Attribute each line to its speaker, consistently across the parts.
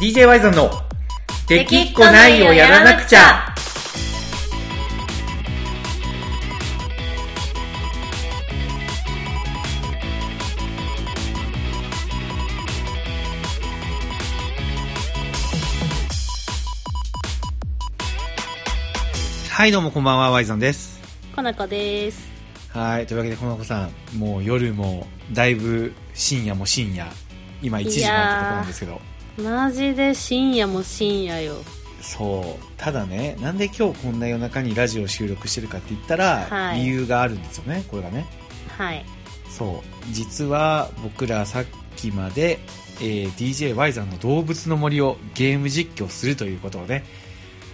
Speaker 1: DJ ワイゾンの「できっこないをやらなくちゃ」はいどうもこんばんはワイゾンです
Speaker 2: こなこです
Speaker 1: はいというわけでこの子さんもう夜もだいぶ深夜も深夜今1時になったところなんですけど
Speaker 2: マジで深夜も深夜よ
Speaker 1: そうただねなんで今日こんな夜中にラジオ収録してるかって言ったら、
Speaker 2: はい
Speaker 1: 理由があるんですよねこれがね
Speaker 2: はい
Speaker 1: そう実は僕らさっきまで、えー DJY さんの動物の森をゲーム実況するということをね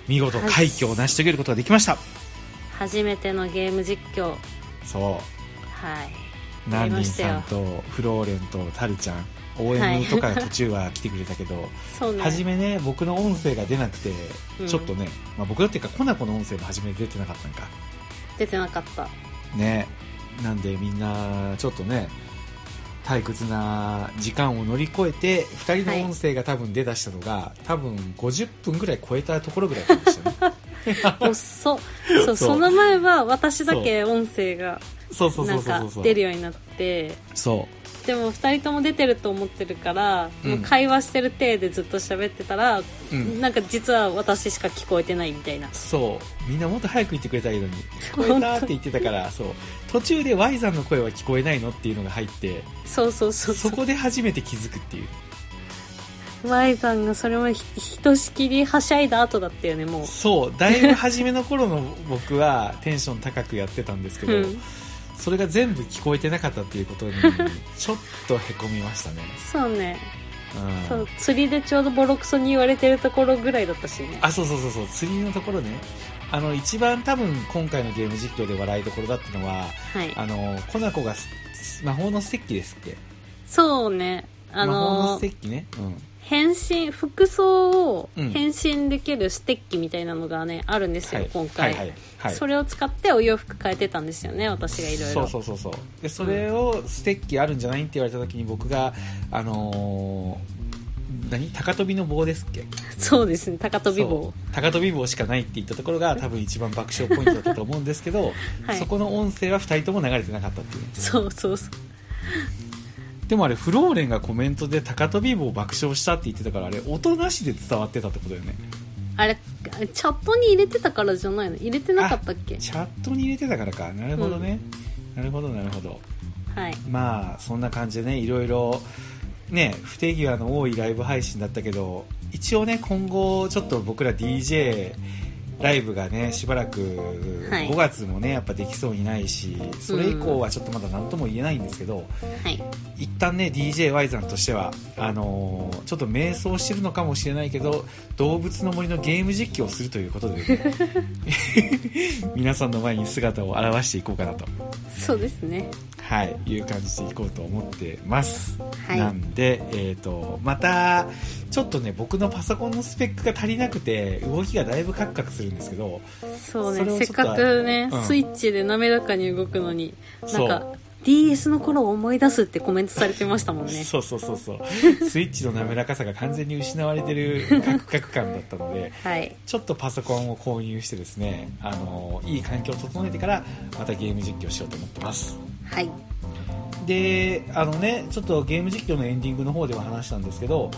Speaker 1: 見事
Speaker 2: はい
Speaker 1: 快挙を成し遂げることができました、
Speaker 2: 初めてのゲーム実況
Speaker 1: そう
Speaker 2: はい
Speaker 1: ナ
Speaker 2: や
Speaker 1: ンリ
Speaker 2: りま
Speaker 1: ン
Speaker 2: した
Speaker 1: さ
Speaker 2: よ
Speaker 1: んとフローレンとタルちゃん OM とか途中は来てくれたけど、
Speaker 2: そうね
Speaker 1: 初めね僕の音声が出なくて、
Speaker 2: うん
Speaker 1: ちょっとね、まあ、僕だっていうかコナコの音声も初め出てなかったんか
Speaker 2: 出てなかった
Speaker 1: ねなんでみんなちょっとね退屈な時間を乗り越えて2人
Speaker 2: はい
Speaker 1: の音声が多分出だしたのが、多分50分ぐらい超えたところぐらいからでしたね
Speaker 2: おっそそううその前は私だけ音声が
Speaker 1: そうそう
Speaker 2: な
Speaker 1: そうんそう
Speaker 2: か
Speaker 1: そうそう
Speaker 2: 出るようになって
Speaker 1: そ
Speaker 2: でも2人とも出てると思ってるから、
Speaker 1: うん
Speaker 2: もう会話してる体でずっと喋ってたら、
Speaker 1: う、うん、
Speaker 2: なんか実は私しか聞こえてないみたいな
Speaker 1: そうみんなもっと早く言ってくれたらいいのに聞こえたって言ってたからそう途中で Y さんの声は聞こえないのっていうのが入って
Speaker 2: そうそうそうそ
Speaker 1: そうこで初めて気づくっていう
Speaker 2: ワイさんがそれもひひとしきりはしゃいだ後だったよねもう
Speaker 1: そうだいぶ初めの頃の僕はテンション高くやってたんですけど、
Speaker 2: うん、
Speaker 1: それが全部聞こえてなかったっていう ことにちょっとへこみましたね、
Speaker 2: そうね、
Speaker 1: うん、
Speaker 2: そう釣りでちょうどボロクソに言われてるところぐらいだったしね
Speaker 1: あそうそうそうそう釣りのところねあの一番多分今回のゲーム実況で笑いどころだったのは
Speaker 2: はい
Speaker 1: あのコナコがす魔法の石器ですっけ
Speaker 2: そうねあ
Speaker 1: 魔法の
Speaker 2: の
Speaker 1: 石器ね、うん、
Speaker 2: 変身服装を
Speaker 1: うん
Speaker 2: 変身できるステッキみたいなのがねあるんですよ、
Speaker 1: はい
Speaker 2: 今回、
Speaker 1: はいはいはい
Speaker 2: それを使ってお洋服変えてたんですよね私がいろい
Speaker 1: そう
Speaker 2: ろ
Speaker 1: そうそうそうでそれをステッキあるんじゃないって言われた時に僕があのー何高跳びの棒ですっけ
Speaker 2: そうですね高跳び
Speaker 1: そ
Speaker 2: 棒
Speaker 1: う高飛び棒しかないって言ったところが 多分一番爆笑ポイントだったと思うんですけど、
Speaker 2: はい
Speaker 1: そこの音声は2人とも流れてなかったっていう
Speaker 2: そうそうそう
Speaker 1: でもあれフローレンがコメントで高飛び棒爆笑したって言ってたからあれ音なしで伝わってたってことよね
Speaker 2: あれチャットに入れてたからじゃないの入れてなかったっけ
Speaker 1: チャットに入れてたからかなるほどね、なるほどなるほど
Speaker 2: はい
Speaker 1: まあそんな感じでねいろいろね不手際の多いライブ配信だったけど一応ね今後ちょっと僕ら DJ ライブがねしばらく
Speaker 2: はい
Speaker 1: 5月もねやっぱできそうにないしそれ以降はちょっとまだ何とも言えないんですけど、
Speaker 2: はい
Speaker 1: 一旦ね DJY さんとしてはあのーちょっと迷走してるのかもしれないけど動物の森のゲーム実況をするということで、ね、皆さんの前に姿を現していこうかなと
Speaker 2: そうですね
Speaker 1: はい、いう感じでいこうと思ってます。
Speaker 2: はい
Speaker 1: なんで、えっ、と、また、ちょっとね、僕のパソコンのスペックが足りなくて、動きがだいぶカクカクするんですけど、
Speaker 2: そう
Speaker 1: それ
Speaker 2: ね
Speaker 1: を
Speaker 2: せ
Speaker 1: ち
Speaker 2: っ
Speaker 1: ょっと
Speaker 2: かくね、
Speaker 1: うん
Speaker 2: スイッチで滑らかに動くのにな
Speaker 1: そ
Speaker 2: ん
Speaker 1: う
Speaker 2: か DS の頃を思い出すってコメントされてましたもんね
Speaker 1: そうそうそう そう、スイッチの滑らかさが完全に失われてるカクカク感だったので、
Speaker 2: はい
Speaker 1: ちょっとパソコンを購入してですね、あの、いい環境を整えてから、またゲーム実況しようと思ってます。
Speaker 2: はい
Speaker 1: であのねちょっとゲーム実況のエンディングの方では話したんですけど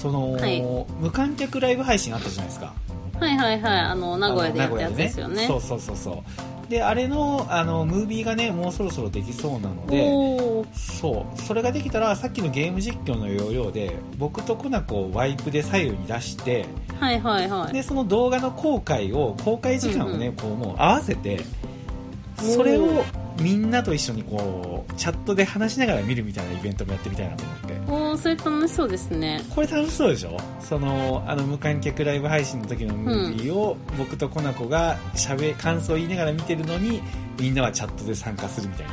Speaker 1: その、
Speaker 2: はい
Speaker 1: 無観客ライブ配信あったじゃないですか
Speaker 2: はいはいはいあの名古屋でや
Speaker 1: あ
Speaker 2: っ
Speaker 1: の
Speaker 2: たやつですよね
Speaker 1: そうそうそうそうであれのあのムービーがねもうそろそろできそうなので
Speaker 2: おおー
Speaker 1: そうそれができたらさっきのゲーム実況の要領で僕とコナコをワイプで左右に出して
Speaker 2: はいはいはい
Speaker 1: でその動画の公開を公開時間をね、
Speaker 2: うんう
Speaker 1: こうもう合わせてそれをみんなと一緒にこうチャットで話しながら見るみたいなイベントもやってみたいなと思って
Speaker 2: おおそれ楽しそうですね
Speaker 1: これ楽しそうでしょそのあの無観客ライブ配信の時のムービーを僕とコナコがしゃべ感想を言いながら見てるのにみんなはチャットで参加するみたいな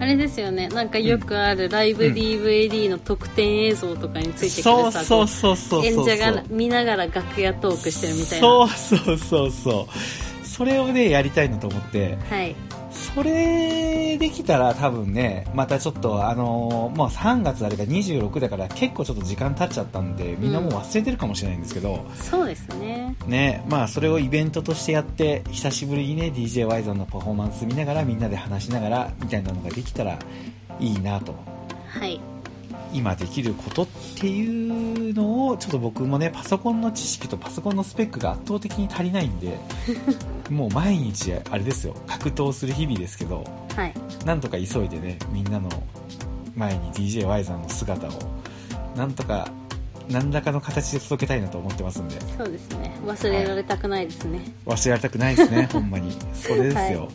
Speaker 2: あれですよねなんかよくあるライブ
Speaker 1: うん
Speaker 2: DVD の特典映像とかについてく
Speaker 1: そ
Speaker 2: る
Speaker 1: う
Speaker 2: さ、
Speaker 1: そう
Speaker 2: こ
Speaker 1: そうそうう
Speaker 2: 演
Speaker 1: そう
Speaker 2: 者が見ながら楽屋トークしてるみたい
Speaker 1: そ
Speaker 2: な
Speaker 1: うそうそうそうそれをねやりたいなと思って
Speaker 2: はい
Speaker 1: そそれできたら多分ねまたちょっとあのーもう3月あれが26だから結構ちょっと時間経っちゃったんでみんなもう忘れてるかもしれないんですけど、
Speaker 2: そうですね
Speaker 1: ねまあそれをイベントとしてやって久しぶりにね d j y さんのパフォーマンス見ながらみんなで話しながらみたいなのができたらいいなと
Speaker 2: はい
Speaker 1: 今できることっていうのをちょっと僕もねパソコンの知識とパソコンのスペックが圧倒的に足りないんでもう毎日あれですよ格闘する日々ですけど
Speaker 2: はい
Speaker 1: なんとか急いでねみんなの前に d j y さんの姿をなんとか何らかの形で届けたいなと思ってますんで
Speaker 2: そうですね忘れられたくないですね、
Speaker 1: 忘れられたくないです ねほんまにそれですよ、
Speaker 2: は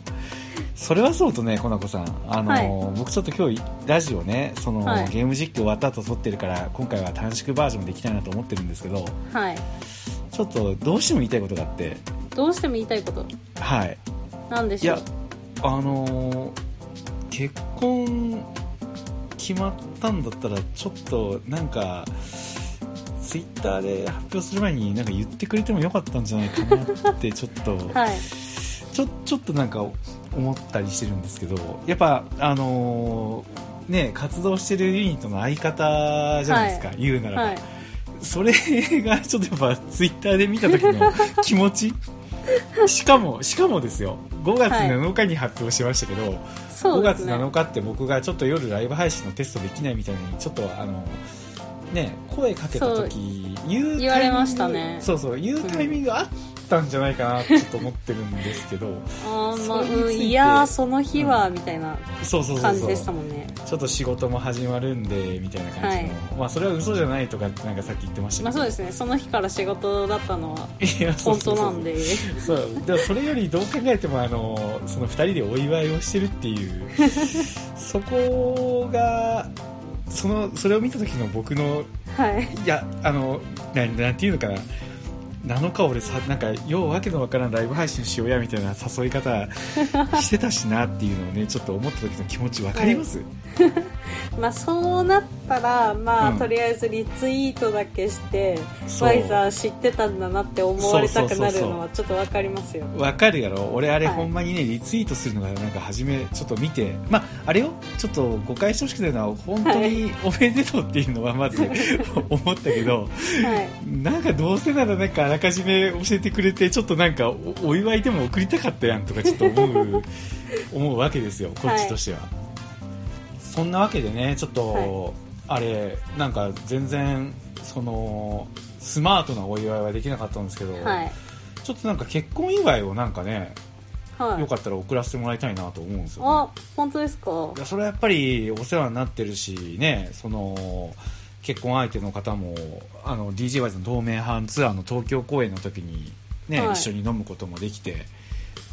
Speaker 1: それはそうとねコナコさんあのー、僕ちょっと今日ラジオねその、
Speaker 2: はい
Speaker 1: ゲーム実況終わった後撮ってるから今回は短縮バージョンでいきたいなと思ってるんですけど
Speaker 2: はい
Speaker 1: ちょっとどうしても言いたいことがあって
Speaker 2: どうしても言いたいこと
Speaker 1: はい
Speaker 2: なんで
Speaker 1: い
Speaker 2: しょ
Speaker 1: や
Speaker 2: う
Speaker 1: あのー結婚決まったんだったらちょっとなんかツイッターで発表する前になんか言ってくれてもよかったんじゃないかなってちょっと
Speaker 2: はい
Speaker 1: ちょちょっとなんか思ったりしてるんですけどやっぱあのーね活動してるユニットの相方じゃないですか、言うならば、
Speaker 2: はい
Speaker 1: それがちょっとやっぱツイッターで見た時 の気持ちしかもしかもですよ5月
Speaker 2: はい
Speaker 1: 7日に発表しましたけど、
Speaker 2: そ
Speaker 1: 5
Speaker 2: うで
Speaker 1: 月
Speaker 2: すね
Speaker 1: 7日って僕がちょっと夜ライブ配信のテストできないみたいにちょっとあのね声かけた時言うタイミング
Speaker 2: 言われましたね
Speaker 1: そうそう言うタイミングあったんじゃないかなってちょっと思ってるんですけど、
Speaker 2: あーま
Speaker 1: それ
Speaker 2: あ
Speaker 1: につ
Speaker 2: う
Speaker 1: い
Speaker 2: ん
Speaker 1: て
Speaker 2: いやーその日は、みたいな
Speaker 1: そうそうそう
Speaker 2: 感じ
Speaker 1: そう
Speaker 2: でしたもんね
Speaker 1: ちょっと仕事も始まるんでみたいな感じの、
Speaker 2: はい
Speaker 1: まあそれは嘘じゃないとかってなんかさっき言ってましたけど、
Speaker 2: まあそうですねその日から仕事だったのはい
Speaker 1: やそうそ
Speaker 2: 本当
Speaker 1: うそう
Speaker 2: な んで
Speaker 1: そうでもそれよりどう考えてもあのその2人でお祝いをしてるっていうそこがそのそれを見た時の僕の
Speaker 2: はい
Speaker 1: いやあのななんていうのかな7日俺さなんかようわけのわからんライブ配信しようやみたいな誘い方してたしなっていうのをねちょっと思った時の気持ちわかります、
Speaker 2: まあそうなったらまあ、
Speaker 1: うん
Speaker 2: とりあえずリツイートだけして
Speaker 1: そう
Speaker 2: ワイザー知ってたんだなって思われたくなるのはちょっとわかりま すよ
Speaker 1: わかるやろ俺あれ
Speaker 2: はい
Speaker 1: ほんまにね、リツイートするのがなんか初めちょっと見てまああれよちょっと誤解してほしくないのは本当におめでとうっていうのはま ず思ったけど
Speaker 2: はい
Speaker 1: なんかどうせならなんかあらかじめ教えてくれてちょっとなんかおお祝いでも送りたかったやんとかちょっと思 う思うわけですよこっちとしては、そんなわけでねちょっと、あれなんか全然そのスマートなお祝いはできなかったんですけど、
Speaker 2: はい
Speaker 1: ちょっとなんか結婚祝いをなんかね、
Speaker 2: はい
Speaker 1: よかったら送らせてもらいたいなと思うんですよ、
Speaker 2: あ本当ですか
Speaker 1: いやそれはやっぱりお世話になってるしねその結婚相手の方もあの d j y の同盟班ツアーの東京公演の時に、ね
Speaker 2: はい
Speaker 1: 一緒に飲むこともできて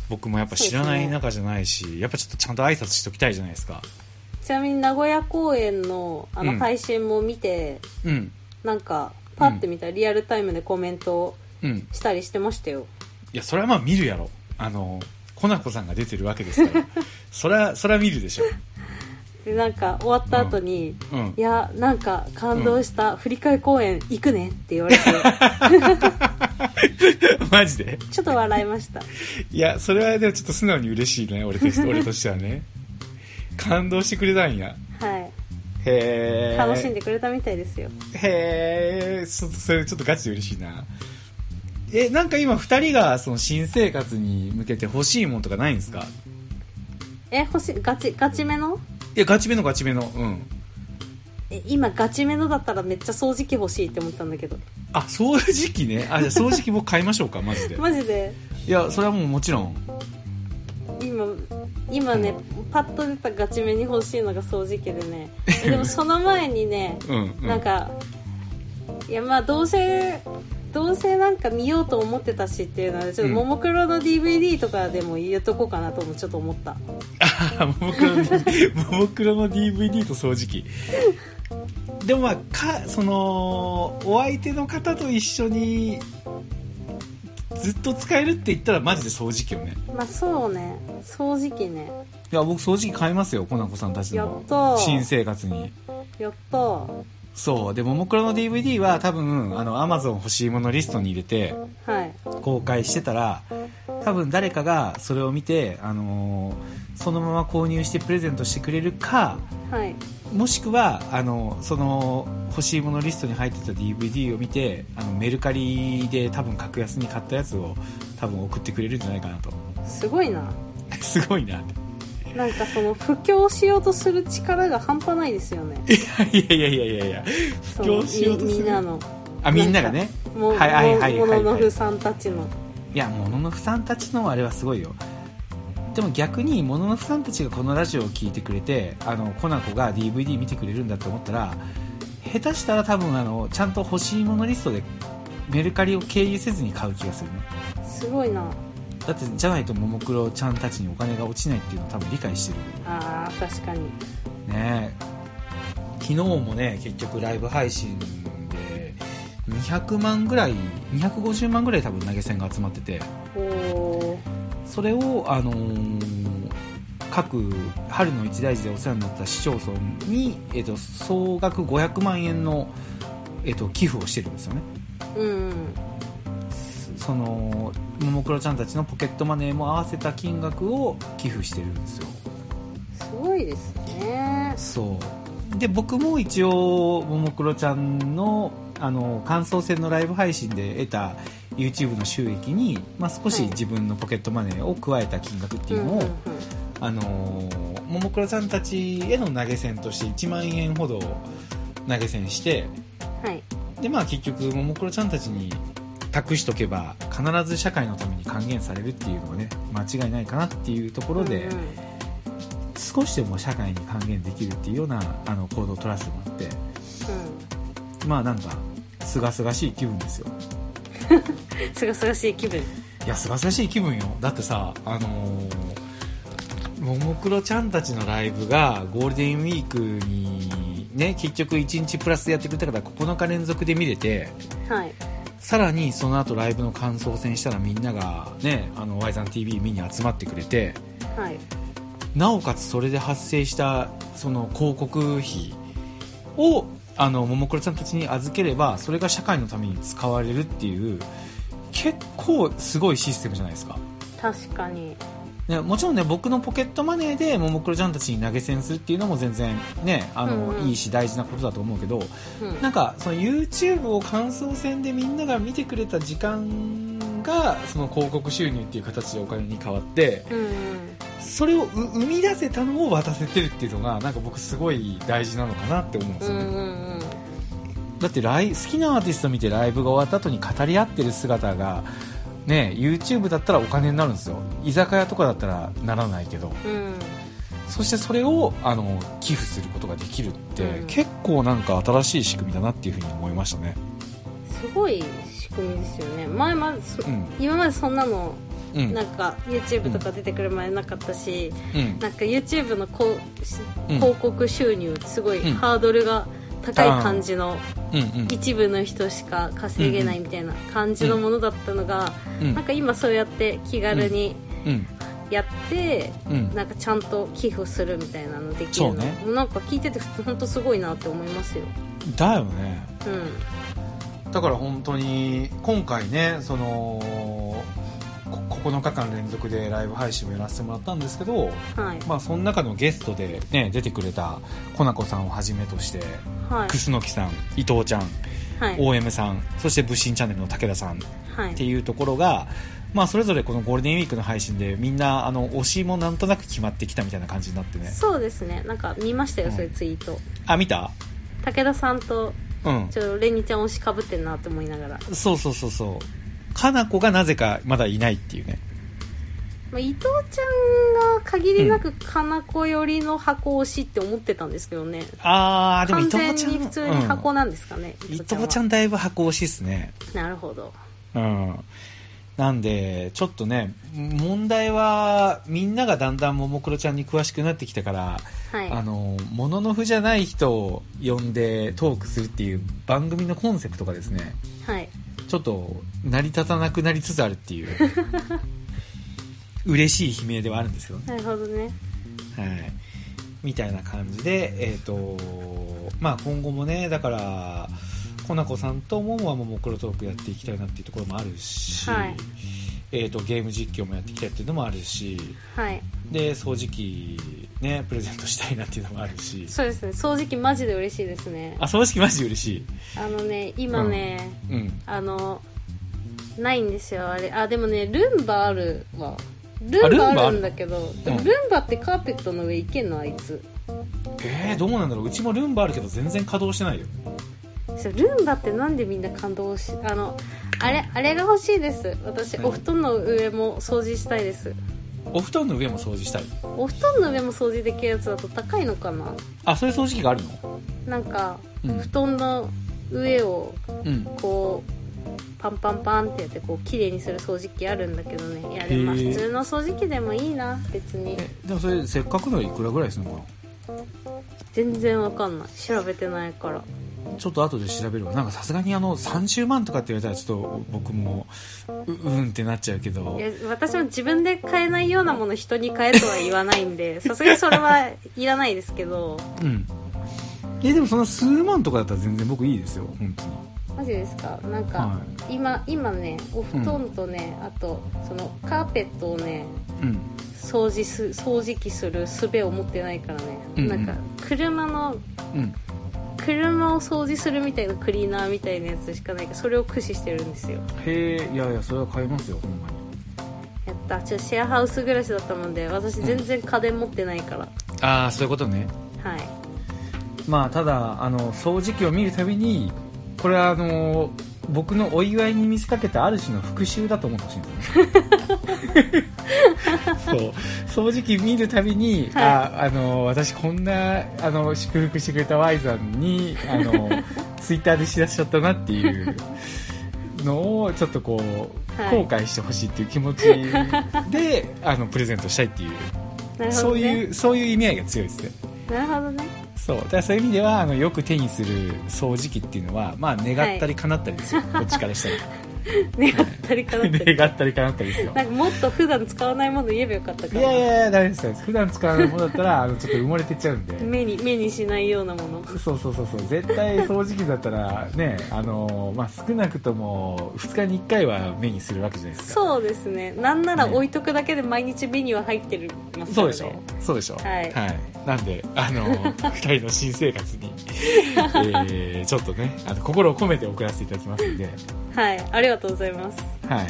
Speaker 1: 僕もやっぱ知らない仲じゃないし、やっぱちょっとちゃんと挨拶しときたいじゃないですか
Speaker 2: ちなみに名古屋公演のあ
Speaker 1: う
Speaker 2: の
Speaker 1: ん
Speaker 2: 配信も見て、
Speaker 1: うん
Speaker 2: なんかパッて見たらリアルタイムでコメント
Speaker 1: うん
Speaker 2: したりしてましたよ、
Speaker 1: いやそれはまあ見るやろあのコナコさんが出てるわけです からそれはそれは見るでしょ
Speaker 2: でなんか終わった後に、
Speaker 1: うん
Speaker 2: いやなんか感動した、振り替え公演行くねって言われて
Speaker 1: マジで
Speaker 2: ちょっと笑いました
Speaker 1: いや、それはでもちょっと素直に嬉しいね、俺 として俺としてはね。感動してくれたんや。
Speaker 2: はい
Speaker 1: へー。
Speaker 2: 楽しんでくれたみたいですよ、
Speaker 1: へー、ちょっとそれちょっとガチで嬉しいな。え、なんか今二人がその新生活に向けて欲しいもんとかないんですか
Speaker 2: え欲しいガチガチめの
Speaker 1: いや、ガチめのガチめの。うん。
Speaker 2: え今ガチめのだったらめっちゃ掃除機欲しいって思ったんだけど
Speaker 1: あ、掃除機ね。あ、じゃあ掃除機も 買いましょうか、マジで。
Speaker 2: マジで
Speaker 1: いや、それはもうもちろん。
Speaker 2: 今今ねパッと出たガチめに欲しいのが掃除機でねえでもその前にね
Speaker 1: うん、うん。
Speaker 2: なんかいやまあどうせどうせなんか見ようと思ってたしっていうのでちょっ
Speaker 1: うん
Speaker 2: とももクロの DVD とかでも入れとこうかなともちょっと思った
Speaker 1: あももクロのももクロの DVD と掃除機でもまあかそのお相手の方と一緒にずっと使えるって言ったらマジで掃除機よね
Speaker 2: まあそうね掃除機ね
Speaker 1: いや僕掃除機買いますよコナコさんたち
Speaker 2: やっ
Speaker 1: の
Speaker 2: と
Speaker 1: 新生活に
Speaker 2: やっと
Speaker 1: そうでももクロの DVD は多分あの Amazon 欲しいものリストに入れて
Speaker 2: はい
Speaker 1: 公開してたら多分誰かがそれを見て、あのーそのまま購入してプレゼントしてくれるか
Speaker 2: はい
Speaker 1: もしくはあのその欲しいものリストに入ってた DVD を見てあのメルカリで多分格安に買ったやつを多分送ってくれるんじゃないかなと
Speaker 2: すごいな
Speaker 1: すごいな
Speaker 2: なんかその布教しようとする力が半端ないですよね
Speaker 1: いやいやいやいやいや
Speaker 2: 布
Speaker 1: 布教しようとする
Speaker 2: みみんなの
Speaker 1: あみんながね
Speaker 2: も
Speaker 1: はいはいはい
Speaker 2: も
Speaker 1: はいはい
Speaker 2: もののふさんたちの
Speaker 1: いやもののふさんたちのあれはすごいよでも逆にもののふさんたちがこのラジオを聞いてくれてあのコナコが DVD 見てくれるんだと思ったら下手したら多分あのちゃんと欲しいものリストでメルカリを経由せずに買う気がするね
Speaker 2: すごいな
Speaker 1: だってじゃないとももクロちゃんたちにお金が落ちないっていうのを多分理解して
Speaker 2: あー確かに
Speaker 1: るねえ昨日もね結局ライブ配信で200万ぐらい250万ぐらい多分投げ銭が集まってて
Speaker 2: おお
Speaker 1: それを、あのー各春の一大事でお世話になった市町村に、えっと総額500万円の、えっと寄付をしてるんですよね
Speaker 2: うん
Speaker 1: そのももクロちゃんたちのポケットマネーも合わせた金額を寄付してるんですよ
Speaker 2: すごいですね
Speaker 1: そうで僕も一応ももクロちゃんのあの感想戦のライブ配信で得た YouTube の収益に、まあ、少し
Speaker 2: はい
Speaker 1: 自分のポケットマネーを加えた金額っていうのを、
Speaker 2: んん
Speaker 1: あのーももクロさんたちへの投げ銭として1万円ほど投げ銭して
Speaker 2: うんはい
Speaker 1: でまあ結局ももクロちゃんたちに託しとけば必ず社会のために還元されるっていうのはね間違いないかなっていうところで、
Speaker 2: うんうん
Speaker 1: 少しでも社会に還元できるっていうようなあの行動を取らせてもらってまあなんかすがすがしい気分ですよ
Speaker 2: うんすがすがしい気分
Speaker 1: いやすがすがしい気分よだってさあのーももクロちゃんたちのライブがゴールデンウィークにね結局1日プラスでやってくれたから9日連続で見れて
Speaker 2: はい
Speaker 1: さらにその後ライブの感想戦したらみんながねあの y ザン t v 見に集まってくれて
Speaker 2: はい
Speaker 1: なおかつそれで発生したその広告費をあのももクロちゃんたちに預ければそれが社会のために使われるっていう結構すごいシステムじゃないですか
Speaker 2: 確かに
Speaker 1: ね、もちろんね僕のポケットマネーでももクロちゃんたちに投げ銭するっていうのも全然ねあの、
Speaker 2: うんうん
Speaker 1: いいし大事なことだと思うけど
Speaker 2: うん
Speaker 1: なんかその YouTube を感想戦でみんなが見てくれた時間がその広告収入っていう形でお金に変わって
Speaker 2: うんうん
Speaker 1: それをう生み出せたのを渡せてるっていうのがなんか僕すごい大事なのかなって思うんで
Speaker 2: う
Speaker 1: すよね、
Speaker 2: んうんうん
Speaker 1: だってライ好きなアーティスト見てライブが終わった後に語り合ってる姿がね YouTube だったらお金になるんですよ居酒屋とかだったらならないけど
Speaker 2: うん
Speaker 1: そしてそれをあの寄付することができるって、
Speaker 2: うん
Speaker 1: 結構なんか新しい仕組みだなっていうふうに思いましたね
Speaker 2: すごい仕組みですよね前までそ
Speaker 1: うん
Speaker 2: 今までそんなの
Speaker 1: うん
Speaker 2: なんか YouTube とか出てくる前なかったし、
Speaker 1: うん
Speaker 2: なんか YouTube のこうし
Speaker 1: うん
Speaker 2: 広告収入すごい
Speaker 1: うん
Speaker 2: ハードルが高い感じの
Speaker 1: うんうん
Speaker 2: 一部の人しか稼げないみたいな感じのものだったのが、
Speaker 1: うん
Speaker 2: なんか今そうやって気軽に
Speaker 1: うん
Speaker 2: やって、
Speaker 1: うん
Speaker 2: なんかちゃんと寄付するみたいなのできる
Speaker 1: そう
Speaker 2: の、
Speaker 1: ね
Speaker 2: なんか聞いてて本当すごいなって思いますよ
Speaker 1: だよね
Speaker 2: う
Speaker 1: だから本当に今回ねそのこ9日間連続でライブ配信をやらせてもらったんですけど
Speaker 2: んはい
Speaker 1: まあその中のゲストでね出てくれたコナコさんをはじめとして
Speaker 2: はい
Speaker 1: 楠木さん伊藤ちゃん
Speaker 2: はい
Speaker 1: 大 m さんそして「物心チャンネル」の武田さん
Speaker 2: は
Speaker 1: って
Speaker 2: い
Speaker 1: いうところが、まあ、それぞれこのゴールデンウィークの配信でみんなあの推しもなんとなく決まってきたみたいな感じになってね
Speaker 2: そうですねなんか見ましたよ、
Speaker 1: うん
Speaker 2: そういうツイート
Speaker 1: あ見た
Speaker 2: 武田さんと
Speaker 1: うん
Speaker 2: ちょっとレニちゃん推しかぶってんなって思いながら、
Speaker 1: そうそうそうそうかなこがなぜかまだいないっていうね
Speaker 2: まあ、伊藤ちゃんが限りなくかな子寄りの箱推しって思ってたんですけどね、
Speaker 1: あーでも伊
Speaker 2: 完
Speaker 1: 藤
Speaker 2: 全
Speaker 1: ち
Speaker 2: に
Speaker 1: ゃん
Speaker 2: 普通に箱なんですかね、
Speaker 1: うん、伊藤ちゃ
Speaker 2: は
Speaker 1: んだいぶ箱推しっすね
Speaker 2: なるほど
Speaker 1: うんなんでちょっとね問題はみんながだんだんももクロちゃんに詳しくなってきたから
Speaker 2: はい
Speaker 1: あの「もののふ」じゃない人を呼んでトークするっていう番組のコンセプトがですね
Speaker 2: はい
Speaker 1: ちょっと成り立たなくなりつつあるっていう 嬉しい悲鳴ではあるんですけどね、
Speaker 2: なるほどね
Speaker 1: はい、みたいな感じで、えーとまあ、今後もねだからコナコさんとももはももクロトークやっていきたいなっていうところもあるし、
Speaker 2: はい
Speaker 1: えー、とゲーム実況もやってきたっていうのもあるし
Speaker 2: はい
Speaker 1: で掃除機ねプレゼントしたいなっていうのもあるし
Speaker 2: そうですね掃除機マジで嬉しいですね
Speaker 1: あ掃除機マジで嬉しい
Speaker 2: あのね今ね、
Speaker 1: うん
Speaker 2: あのないんですよあれあでもねルンバあるわル
Speaker 1: あ
Speaker 2: ン
Speaker 1: ルン
Speaker 2: バ
Speaker 1: バ
Speaker 2: あるんだけどでも
Speaker 1: うん
Speaker 2: ルンバってカーペットの上いけんのあいつ
Speaker 1: えー、どうなんだろううちもルンバあるけど全然稼働してないよ
Speaker 2: そうルンバってなんでみんな感動しあのあれあれが欲しいです私
Speaker 1: 何
Speaker 2: お布団の上も掃除したいです
Speaker 1: お布団の上も掃除したい
Speaker 2: お布団の上も掃除できるやつだと高いのかな
Speaker 1: あそういう掃除機があるの
Speaker 2: なんか
Speaker 1: うん
Speaker 2: 布団の上を
Speaker 1: うん
Speaker 2: こうパンパンパンってやってこう綺麗にする掃除機あるんだけどねいやでもまあ
Speaker 1: へ
Speaker 2: 普
Speaker 1: ー
Speaker 2: 通の掃除機でもいいな別に
Speaker 1: えでもそれせっかくのいくらぐらいするのか
Speaker 2: 全然わかんない調べてないから
Speaker 1: なちょっと後で調べるわなんかさすがにあの30万とかって言われたらちょっと僕もううんってなっちゃうけど
Speaker 2: いや私も自分で買えないようなもの人に買えとは言わない んでさすがにそれはいらないですけど
Speaker 1: うんえでもその数万とかだったら全然僕いいですよ本当に
Speaker 2: マジですかなんか、
Speaker 1: は
Speaker 2: 今今ねお布団とね、あとそのカーペットをね
Speaker 1: いうん
Speaker 2: 掃除す掃除機する術を持ってないからね、
Speaker 1: うん
Speaker 2: なんか車の
Speaker 1: うん
Speaker 2: 車を掃除するみたいなクリーナーみたいなやつしかないからそれを駆使してるんですよ
Speaker 1: へえいやいやそれは買いますよほんまに
Speaker 2: やったちょっとシェアハウス暮らしだったもんで私全然家電持ってないから、
Speaker 1: ああそういうことね
Speaker 2: はい
Speaker 1: まあただあの掃除機を見るたびにこれはあの僕のお祝いに見せかけたある種の復讐だと思ってほしいんですよね そう掃除機見るたびに、
Speaker 2: はい
Speaker 1: ああの私こんなあの祝福してくれた Y さんにあ のツイッターで知らしちゃったなっていうのをちょっとこう、
Speaker 2: はい
Speaker 1: 後悔してほしいっていう気持ち であのプレゼントしたいっていう、
Speaker 2: なるほ
Speaker 1: そ
Speaker 2: ど
Speaker 1: うい
Speaker 2: ね
Speaker 1: うそういう意味合いが強いですね
Speaker 2: なるほどね
Speaker 1: そうだからそういう意味ではあのよく手にする掃除機っていうのは、まあ、願ったり叶ったりですよ、こっちから した
Speaker 2: 願ったりかなった
Speaker 1: ら
Speaker 2: り
Speaker 1: 願ったり叶ったりですよ
Speaker 2: なんかもっと普段使わないもの言えばよかった
Speaker 1: い
Speaker 2: か
Speaker 1: やい
Speaker 2: ら
Speaker 1: やいや大丈夫です大丈夫です普段使わないものだったらあのちょっと埋もれてっちゃうんで
Speaker 2: 目に目にしないようなも の
Speaker 1: そうそうそうそう絶対掃除機だったらねあの、まあ、少なくとも2日に1回は目にするわけじゃないですか
Speaker 2: そうですねなんなら置いとくだけで毎日目には入ってるますか
Speaker 1: そう
Speaker 2: ら
Speaker 1: で
Speaker 2: ね
Speaker 1: しょそうでしょ
Speaker 2: はい
Speaker 1: なんであの 2人の新生活に、えーちょっとねあの心を込めて送らせていただきますんで
Speaker 2: はいありがとうございます
Speaker 1: は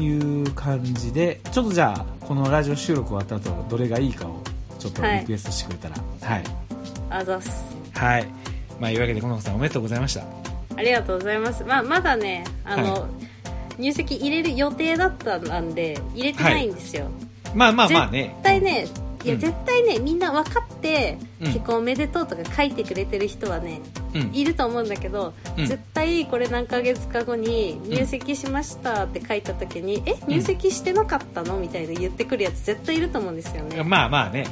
Speaker 1: い。いう感じで、ちょっとじゃあ、このラジオ収録終わった後、どれがいいかを、ちょっと
Speaker 2: はい
Speaker 1: リクエストしてくれたら。はい。
Speaker 2: あざっす
Speaker 1: はい。まあ、いうわけで、この子さんおめでとうございました。
Speaker 2: ありがとうございますまあまだねあの、入籍入れる予定だったんで入れてないんですよ、
Speaker 1: まあまあまあ
Speaker 2: 絶
Speaker 1: ね。
Speaker 2: 対ねいや
Speaker 1: うん
Speaker 2: 絶対ねみんな分かって、
Speaker 1: うん
Speaker 2: 結婚おめでとうとか書いてくれてる人はね
Speaker 1: うん。
Speaker 2: いると思うんだけど、
Speaker 1: うん
Speaker 2: 絶対これ何ヶ月か後に入籍しましたって書いた時に、え入籍してなかったのみたいな言ってくるやつ絶対いると思うんですよね
Speaker 1: まあまあね。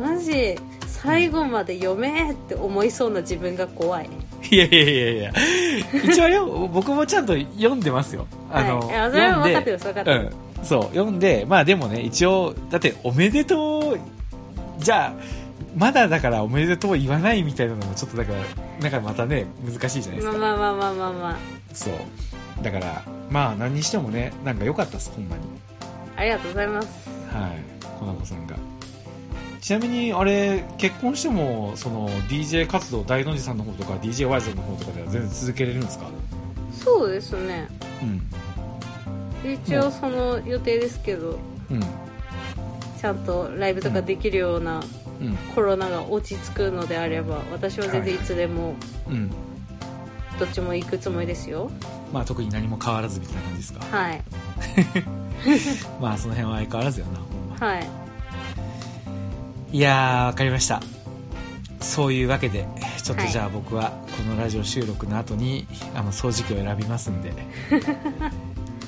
Speaker 2: マジ最後まで読めって思いそうな自分が怖 い
Speaker 1: うん。いやいやいやいや一応よ、僕もちゃんと読んでますよ。あの、
Speaker 2: はいいやそれは分かって
Speaker 1: 読ん
Speaker 2: る分かって
Speaker 1: で
Speaker 2: る、
Speaker 1: うん。そう、読んで、まあでもね、一応、だって、おめでとう、じゃあ、まだだからおめでとう言わないみたいなのもちょっとだから、なんかまたね、難しいじゃないですか。
Speaker 2: まあまあまあまあまあま
Speaker 1: そうだからまあ何にしてもねなんか良かったですほんまに
Speaker 2: あありがとうございます
Speaker 1: はいコナコさんがちなみにあれ結婚してもその DJ 活動大の字さんの方とか DJY さんの方とかでは全然続けれるんですか
Speaker 2: そうですね
Speaker 1: うん
Speaker 2: 一応その予定ですけど
Speaker 1: うん
Speaker 2: ちゃんとライブとかできるような
Speaker 1: うん
Speaker 2: コロナが落ち着くのであれば私は全然いつでも
Speaker 1: うん
Speaker 2: どっちも行くつもりですよ
Speaker 1: まあ特に何も変わらずみたいな感じですか
Speaker 2: はい
Speaker 1: まあその辺は相変わらずやなほんま
Speaker 2: はい
Speaker 1: いやーわかりましたそういうわけでちょっとじゃあ僕はこのラジオ収録の後にあの掃除機を選びます んで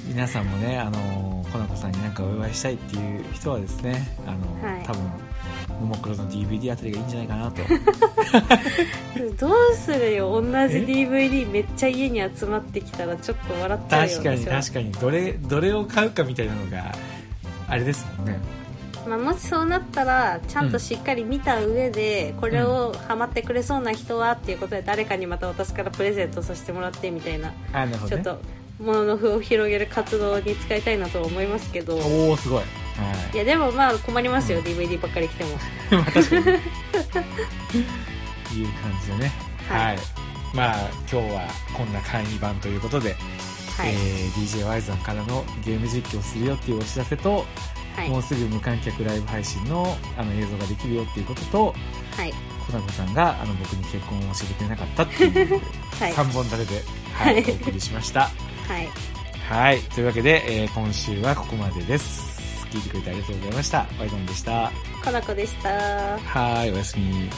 Speaker 1: 皆さんもねあのー、コナコさんになんかお祝いしたいっていう人はですねあのー、
Speaker 2: はい
Speaker 1: 多分ももクロの DVD あたりがいいんじゃないかな と
Speaker 2: どうするよ同じ DVD めっちゃ家に集まってきたらちょっと笑っちゃうよ
Speaker 1: 確かに
Speaker 2: 私は
Speaker 1: 確かにどれどれを買うかみたいなのがあれですもんね
Speaker 2: まあ、もしそうなったらちゃんとしっかり見た上で、これをハマってくれそうな人はっていうことで誰かにまた私からプレゼントさせてもらってみたいな、
Speaker 1: あなるほ
Speaker 2: ち
Speaker 1: ど
Speaker 2: ょっ
Speaker 1: ね
Speaker 2: とものを広げる活動に使いたいなとは思いますけど
Speaker 1: おおすごい、はい
Speaker 2: やでもまあ困りますよ DVD ばっかり来ても
Speaker 1: い、まあ確かにいう感じでねはい、まあ今日はこんな簡易版ということで、
Speaker 2: はい
Speaker 1: えー、DJY さんからのゲーム実況するよっていうお知らせと、
Speaker 2: はい
Speaker 1: も
Speaker 2: は
Speaker 1: うすぐ無観客ライブ配信のあの映像ができるよっていうことと
Speaker 2: い
Speaker 1: コナコさんがあの僕に結婚を教えてくれなかったっていう
Speaker 2: はい
Speaker 1: 3本立て で、はい
Speaker 2: はい
Speaker 1: お送りしました
Speaker 2: はい
Speaker 1: はいというわけで、えー今週はここまでです聞いてくれてありがとうございましたワイドンでした
Speaker 2: かなこでした
Speaker 1: はいおやすみ